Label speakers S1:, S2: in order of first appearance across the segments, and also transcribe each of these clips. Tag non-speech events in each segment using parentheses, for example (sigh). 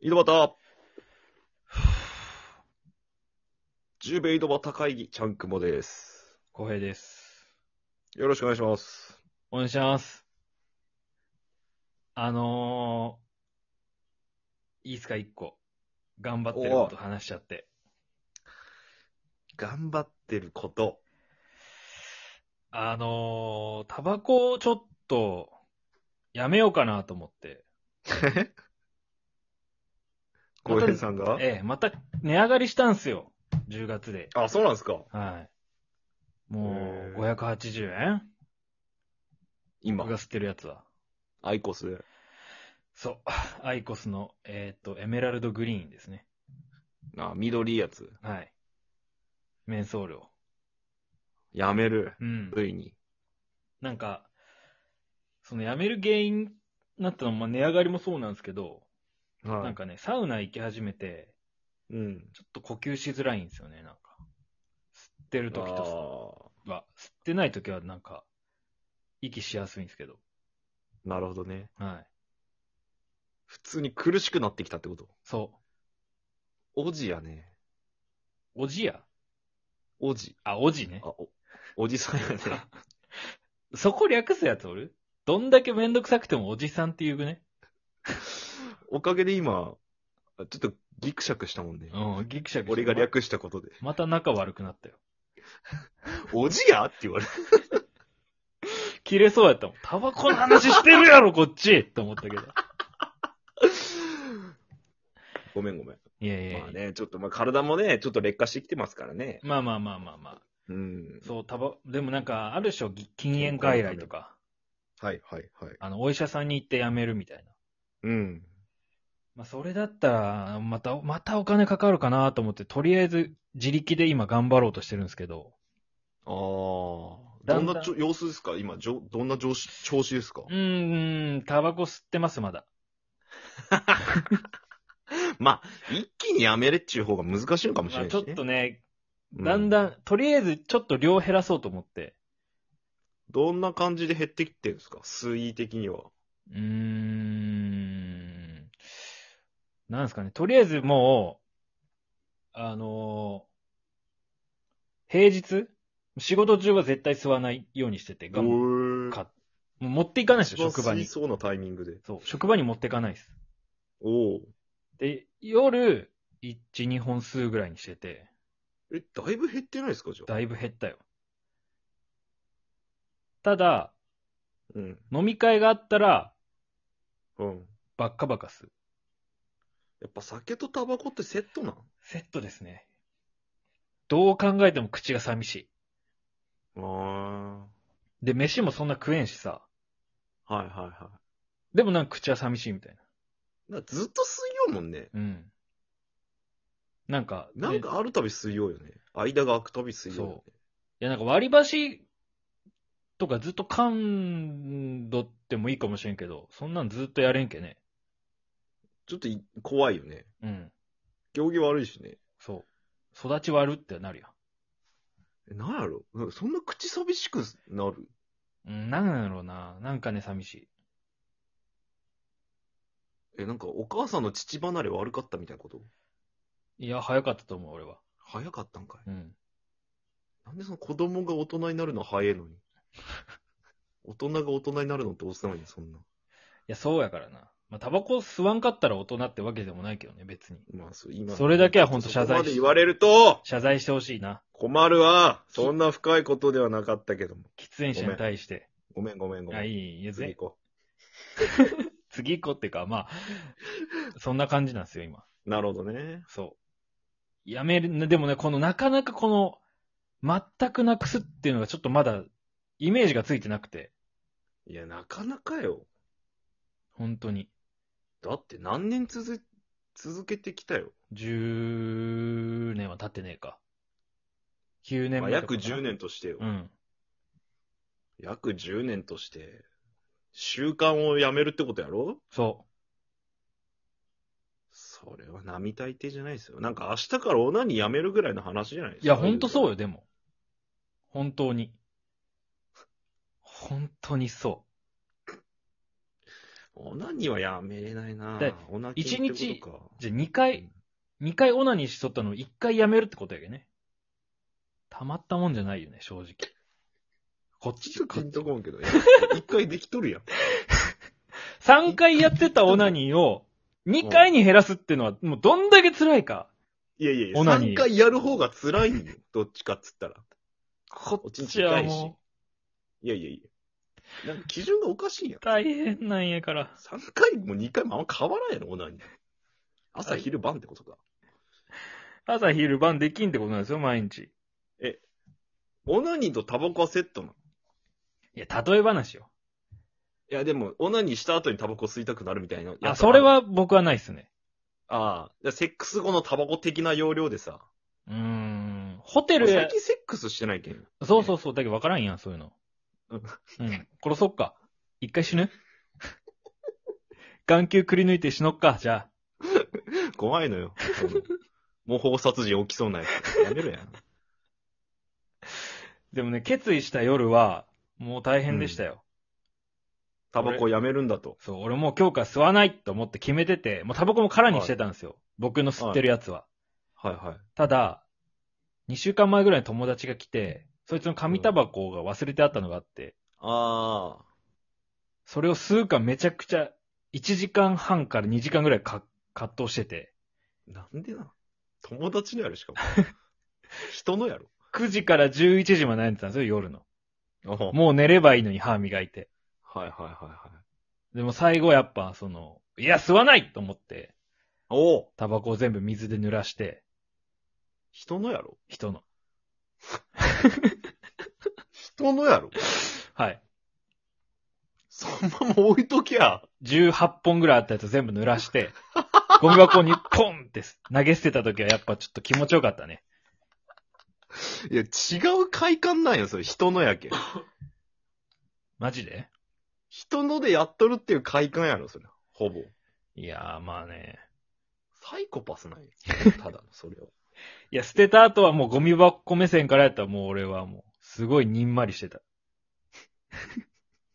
S1: 井戸端十兵衛井戸端会議、ちゃんくもです。
S2: 浩平です。
S1: よろしくお願いします。
S2: お願いします。あのー、いいっすか、一個。頑張ってること話しちゃって。
S1: 頑張ってる
S2: (laughs)
S1: こと。
S2: あのー、タバコをちょっと、やめようかなと思って。
S1: 小平さんが
S2: ええ、また値上がりしたんすよ。10月で。
S1: あ、そうなんですか
S2: はい。
S1: へ
S2: もう、
S1: え
S2: 580円
S1: 今
S2: 僕、が吸ってるやつは。
S1: アイコスで。
S2: そう。 (laughs) アイコスの、えっ、と、エメラルドグリーンですね。
S1: あ、緑いやつ。
S2: はい。メンソールを。
S1: やめる。
S2: うん。
S1: ついに。
S2: なんか、その辞める原因になったのは、まあ、値上がりもそうなんですけど、
S1: はい。
S2: なんかね、サウナ行き始めて、
S1: うん。
S2: ちょっと呼吸しづらいんですよね、なんか。吸ってる時と
S1: あ
S2: は、吸ってない時はなんか、息しやすいんですけど。
S1: ーなるほどね。
S2: はい。
S1: 普通に苦しくなってきたってこと。
S2: そ
S1: おじやね。
S2: う。おじや
S1: おじ。
S2: あ、おじね
S1: あ、。お、おじさんやね。
S2: そこ略すやつおるどんだけめんどくさくてもおじさんって言うね。
S1: おかげで今、ちょっとギクシャクしたもんね。
S2: うん、ギクシャクして
S1: 俺が略したことで。
S2: また仲悪くなったよ。
S1: おじやって言
S2: (laughs)
S1: われる。
S2: 切れそうやったもん。タバコの話してるやろ、こっちって思った
S1: (laughs)
S2: けど。
S1: ごめんごめん。
S2: いやいやいや。
S1: (laughs) まあね、ちょっと、まあ体もね、ちょっと劣化してきてますからね。
S2: まあまあまあまあまあ。
S1: うん。
S2: そう、たば、でもなんか、あるでしょ、ぎ禁煙外来とか、
S1: はいはいはい。
S2: あの、お医者さんに行ってやめるみたいな。
S1: うん。
S2: まあ、それだったら、また、またお金かかるかなと思って、とりあえず、自力で今頑張ろうとしてるんですけど。
S1: ああ。ど
S2: だん
S1: ん
S2: だん
S1: なちょ様子ですか今、じょどんな調
S2: (laughs)
S1: 子調子ですか
S2: うーん、タバコ吸ってます、まだ。
S1: まあ、一気にやめれっちゅう方が難しいのかもしれ
S2: ま
S1: な
S2: あ、
S1: い
S2: ちょっとね、
S1: うん
S2: だんだん、とりあえず、ちょっと量減らそうと思って。
S1: どんな感じで減ってきてるんですか水位的には。
S2: うーん、なんですかね、とりあえずもう、あのー平日仕事中は絶対吸わないようにしてて、がも
S1: おー
S2: かう持っていかないです
S1: 一
S2: よ、
S1: 番
S2: 職場
S1: 吸い
S2: に。
S1: そうなタイミングで。
S2: そう、職場に持っていかないです。
S1: おお。
S2: で、夜、1、2本吸うぐらいにしてて、
S1: え、だいぶ減ってないですかじゃあ。
S2: だいぶ減ったよ。ただ、
S1: うん。
S2: 飲み会があったら、
S1: うん。
S2: バッカバカ吸う。
S1: やっぱ酒とタバコってセットなん
S2: セットですね。どう考えても口が寂しい。
S1: あ
S2: で、飯もそんな食えんしさ。
S1: あ。はいはいは
S2: でもなんか口は寂しいみたい
S1: い。だからずっと吸いようもんね。
S2: な。うん。なんか、で
S1: なんかあるたび吸いようよね。間が空くたび吸いようよね。
S2: いやなんか割り箸とかずっと噛んどってもいいかもしれんけど、そんなんずっとやれんけね。
S1: ちょっとい怖いよね。
S2: うん。
S1: 行儀悪いしね。
S2: そう。育ち悪ってなるよ。
S1: えなんやろなんかそんな口寂しくなる
S2: うん、なんやろうな。なんかね、寂しい。
S1: え、なんかお母さんの父離れ悪かったみたいなこと
S2: いや、早かったと思う、俺は。
S1: 早かったんかい。
S2: うん。
S1: なんでその子供が大人になるの早いの
S2: (laughs)
S1: に。大人が大人になるのって遅いのに、そんな。
S2: いや、そうやからな。まあ、タバコ吸わんかったら大人ってわけでもないけどね、別に。
S1: まあ、そう、今。
S2: それだけはほんと謝罪
S1: そこま
S2: し
S1: で言われると、
S2: 謝罪してほしいな。
S1: 困るわ。そんな深いことではなかったけども。
S2: 喫煙者に対して。
S1: ごめんごめんごめん。
S2: あ、いい、い
S1: 次
S2: い、ぜ
S1: 行こ
S2: 次行こうっていうか、まあ、そんな感じなんですよ、今。
S1: う。なるほどね。
S2: そう。やめる、でもね、このなかなかこの、全くなくすっていうのがちょっとまだ、イメージがついてなくて、
S1: いや、なかなかよ。
S2: 本当に。
S1: だって何年続、続けてきたよ。
S2: 10年は経ってねえか。9年
S1: まあ、
S2: 前
S1: 約10。年としてよ。
S2: うん。
S1: 約10年として、習慣をやめるってことやろ
S2: そ
S1: それは並大抵じゃないですよ。なんか明日からオナニーやめるぐらいの話じゃないです
S2: う。いや、本当そう
S1: よ。
S2: よ、でも。本当に。本当にそ
S1: オナニーはやめれないな
S2: だ
S1: オナ
S2: 一
S1: キンってことか。
S2: じゃあ2回、2回オナニーしとったのを1回やめるってことやけどね。たまったもんじゃないよね、正直。こっ
S1: ちょ
S2: ち、
S1: っと
S2: こ
S1: ピ
S2: っ
S1: ン
S2: ち
S1: と。こんけ
S2: (laughs)
S1: ど。いや一回できとるやん。
S2: 3回やってたオナニーを2回に減らすっていうのは、もうどんだけ辛いか。
S1: いやいやいや、
S2: オナニー
S1: 3回やる方が辛い
S2: (laughs)
S1: んよ。どっちかっつったら。
S2: こっ
S1: おちんち
S2: ち
S1: 痛
S2: はい
S1: し
S2: も。
S1: いやいやいや。なんか基準がおかしいやん
S2: う。大変なんやから。
S1: 3回も2回もあんま変わらんやろ、オナニー。朝、
S2: はい
S1: 昼、晩ってことか。
S2: 朝昼晩できんってことなんですよ、毎日。
S1: オナニーとタバコはセットなの。
S2: いや、例え話よ。
S1: いや、でも、オナニーした後にタバコ吸いたくなるみたいな。や
S2: あ、
S1: つら
S2: それ。は僕はないっすね。
S1: ああ。じゃあセックス後のタバコ的な要領でさ。
S2: うーん。ホテル
S1: 最
S2: や、
S1: 近セックスしてないけん。
S2: そうそうそう、だけど分からんやん、そういうの。
S1: うん
S2: うん。殺そっか。一回死ぬ (laughs) 眼球くり抜いて死のっか、じゃあ。
S1: 怖いのよ。その模倣殺人起きそうなやつ。やめろや
S2: (laughs)
S1: ん。
S2: でもね、決意した夜は、もう大変でしたよ。
S1: タバコやめるんだと。
S2: そう、俺もう今日から吸わないと思って決めてて、もうタバコも空にしてたんですよ。僕の吸ってるやつは。
S1: はいはい。
S2: ただ、2週間前ぐらいに友達が来て、そいつの紙タバコが忘れてあったのがあって、
S1: ああ。
S2: それを吸うかめちゃくちゃ、1時間半から2時間ぐらいか葛藤してて、
S1: なんでな。友達のやろ、し (laughs) かも。人のやろ。
S2: 9時から11時まで悩んでたんですよ、夜の。
S1: も
S2: もう寝ればいいのに歯磨いて。
S1: はいはいはいはい。
S2: でも最後やっぱ、その、いや、吸わないと思って、
S1: おお
S2: タバコを全部水で濡らして、
S1: 人のやろ
S2: 人の。
S1: 人のやろ
S2: はい。
S1: そんなもん置いときゃ。
S2: 18本ぐらいあったやつ全部濡らして、 (laughs) ゴミ箱にポンって投げ捨てた時はやっぱちょっと気持ちよかったね。
S1: いや、違う快感なんや、それ。人のやけん。
S2: マジで
S1: 人のでやっとるっていう快感やろ、それ。ほぼ。
S2: いやーまあね。
S1: サイコパスなんや。ただの、それを。
S2: いや、捨てた後はもうゴミ箱目線からやったらもう俺はもう、すごいにんまりしてた。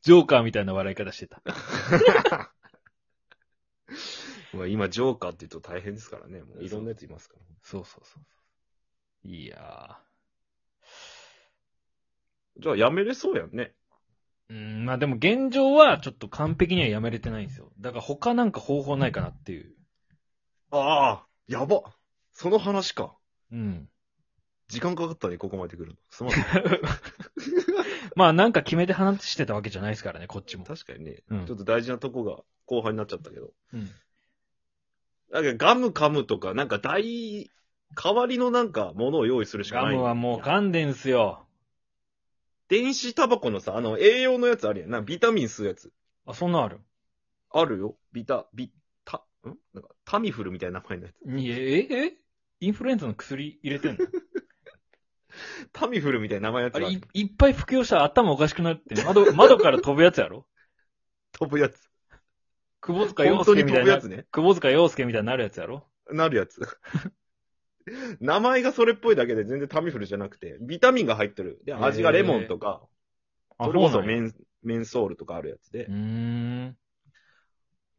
S2: ジョーカーみたいな笑い方してた。
S1: まあ今、ジョーカーって言うと大変ですからね。もういろんなやついますから。
S2: そうそうそう。いや
S1: じゃあ、やめれそうやんね。
S2: ー。うん、まあでも現状はちょっと完璧にはやめれてないんですよ。だから他なんか方法ないかなっていう。
S1: ああ、やば。その話か。
S2: うん。
S1: 時間かかったね、ここまで来るの。す (laughs) まん。
S2: まあなんか決めて話してたわけじゃないですからね、こっちも。
S1: 確かにね、
S2: うん
S1: ちょっと大事なとこが後半になっちゃったけど。
S2: うん。
S1: なんかガム噛むとか、なんか代、代わりのなんかものを用意するしか
S2: ガ
S1: ない。
S2: ムはもう噛んでんすよ。
S1: 電子タバコのさ、あの、栄養のやつあるやん。なんかビタミン吸うやつ。
S2: あ、そんなんある
S1: あるよ。ビタ、ビ、タ、んなんか、タミフルみたいな名前のや
S2: いやえ、え、えインフルエンザの薬入
S1: (laughs)
S2: れてんの
S1: つ。 (laughs) タミフルみたいな名前のやつが
S2: あれ
S1: あ
S2: い
S1: る、
S2: いっぱい服用したら頭おかしくなって、窓、窓から飛ぶやつやろ
S1: 飛ぶやつ。
S2: 窪塚洋
S1: 本当に
S2: 介みた
S1: 飛
S2: い
S1: ぶや
S2: な
S1: つ。ね。
S2: 窪塚洋介みたいになるやつやろ
S1: なるやつ。名前がそれっぽいだけで全然タミフルじゃなくて、ビタミンが入ってる。で、味がレモンとか、
S2: あ
S1: それこそ
S2: うなん
S1: メ
S2: や
S1: ン、メンソールとかあるやつで
S2: う。ーん。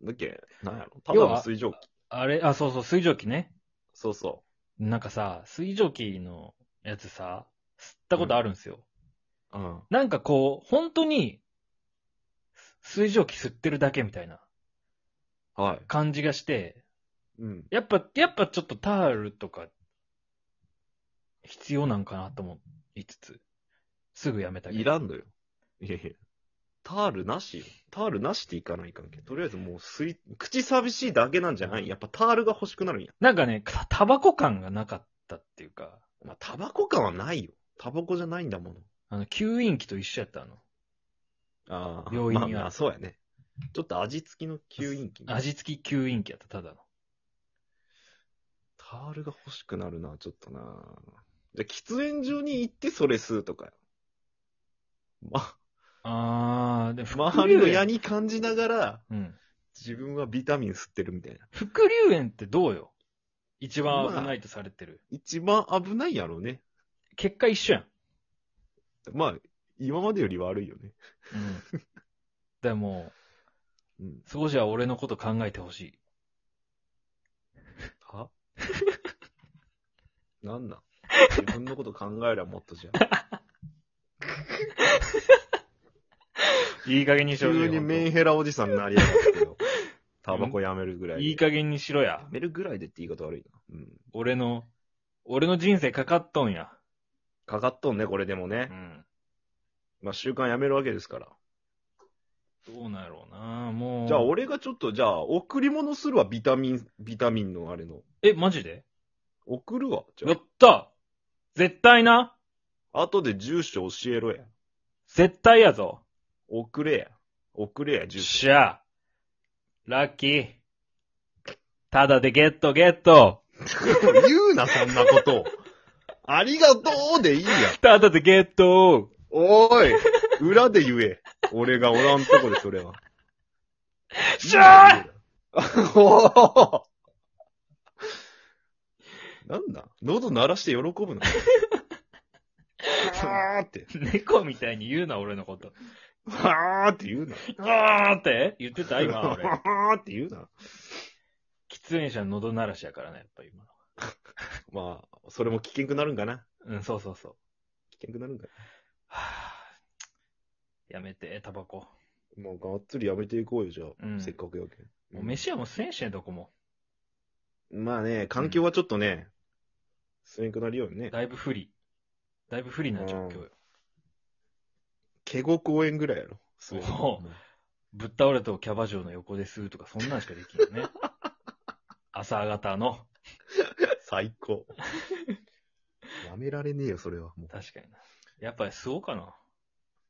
S1: だっけなんやろただの水蒸気。
S2: あれ、あ、そうそう、水蒸気ね。
S1: そうそ
S2: なんかさ、水蒸気のやつさ、吸ったことあるんすよ。
S1: う。うん。
S2: なんかこう、本当に、水蒸気吸ってるだけみたいな
S1: は
S2: 感じがして、
S1: い。うん。
S2: やっぱ、やっぱちょっとタールとか、必要なんかなと思いつつ、すぐやめたけど。
S1: いらんのよ。いやいや。タールなしよ。タールなしっていかないかんけど。とりあえずもう水、口寂しいだけなんじゃないやっぱタールが欲しくなるんや。
S2: なんかね、たタバコ感がなかったっていうか、
S1: まあ、タバコ感はないよ。タバコじゃないんだもの。
S2: あの、吸引器と一緒やったあの。
S1: ああ。
S2: 病院にある
S1: まあまあ、そうやね。ちょっと味付きの吸引器。
S2: 味付き吸引器やった、ただの。
S1: タールが欲しくなるな、ちょっとな。じゃあ、喫煙所に行ってそれ吸うとかよ。ま、
S2: あー、で、
S1: 周りの矢に感じながら、
S2: うん。
S1: 自分はビタミン吸ってるみたいな。
S2: 副流炎ってどうよ一番危ないとされてる。
S1: 一番危ないやろうね。
S2: 結果一緒やん。 (laughs)
S1: まあ、今までより悪いよね。
S2: うん。でも、
S1: うん。
S2: 少しは俺のこと考えてほしい。
S1: は (laughs) なんなん自分のこと考えりゃもっと
S2: (laughs)
S1: じゃん。
S2: いい加減にしろよ
S1: 急にメンヘラおじさんになりやがって
S2: (laughs)
S1: よ。タバコやめるぐらいで。
S2: いい加減にしろや
S1: や。めるぐらいでって言い方悪いな。うん。
S2: 俺の、俺の人生かかっとんや。
S1: かかっとんね、これでもね
S2: う。ん。
S1: まあ、習慣やめるわけですから。
S2: どうなんやろうなもう。
S1: じゃあ、俺がちょっと、じゃあ、贈り物するわ、ビタミン、ビタミンのあれの。
S2: え、マジで
S1: 送るわ、じゃ
S2: やった絶対な
S1: あ。後で住所教えろや。
S2: 絶対やぞ。
S1: 送れや。送れや、
S2: よ
S1: 住
S2: っ
S1: 所。
S2: しゃ。ラッキー。ただでゲットゲット。
S1: (laughs) 言うな、そんなことを。ありがとうでいいや。
S2: ただでゲット。
S1: おーい、裏で言え。俺がおらんとこで、それは。
S2: しゃ
S1: おお (laughs) なんだ喉鳴らして喜ぶのはーって、
S2: 猫みたいに言うな、俺のこと。
S1: はーって言うな。
S2: あーって言ってた、
S1: (laughs)
S2: 今、俺。
S1: はーって言うな。
S2: 喫煙者の喉鳴らしやからね、やっぱ今。
S1: まあ、それも危険くなるんかな。
S2: うん、そうそうそう。
S1: 危険くなるんか
S2: はぁやめて、タバコ。
S1: な。もうがっつりやめていこうよ、じゃあ。
S2: うん
S1: せっかくやけん。
S2: もう飯はもうせんしね、どこも。
S1: まあね、環境はちょっとね、す、えんくなるようにね。
S2: だいぶ不利。だいぶ不利な状況よ。
S1: ケゴ公園ぐらいやろ。そう
S2: おうぶっ倒れとキャバ嬢の横ですとか、そんなんしかできんよね。朝方の。
S1: 最
S2: (laughs)
S1: 高。やめられねえよ、それは。も
S2: 確かにな。やっぱり吸おうかな。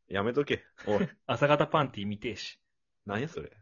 S1: うやめとけ。おい、
S2: 朝方パンティー見てえし。
S1: 何やそれ。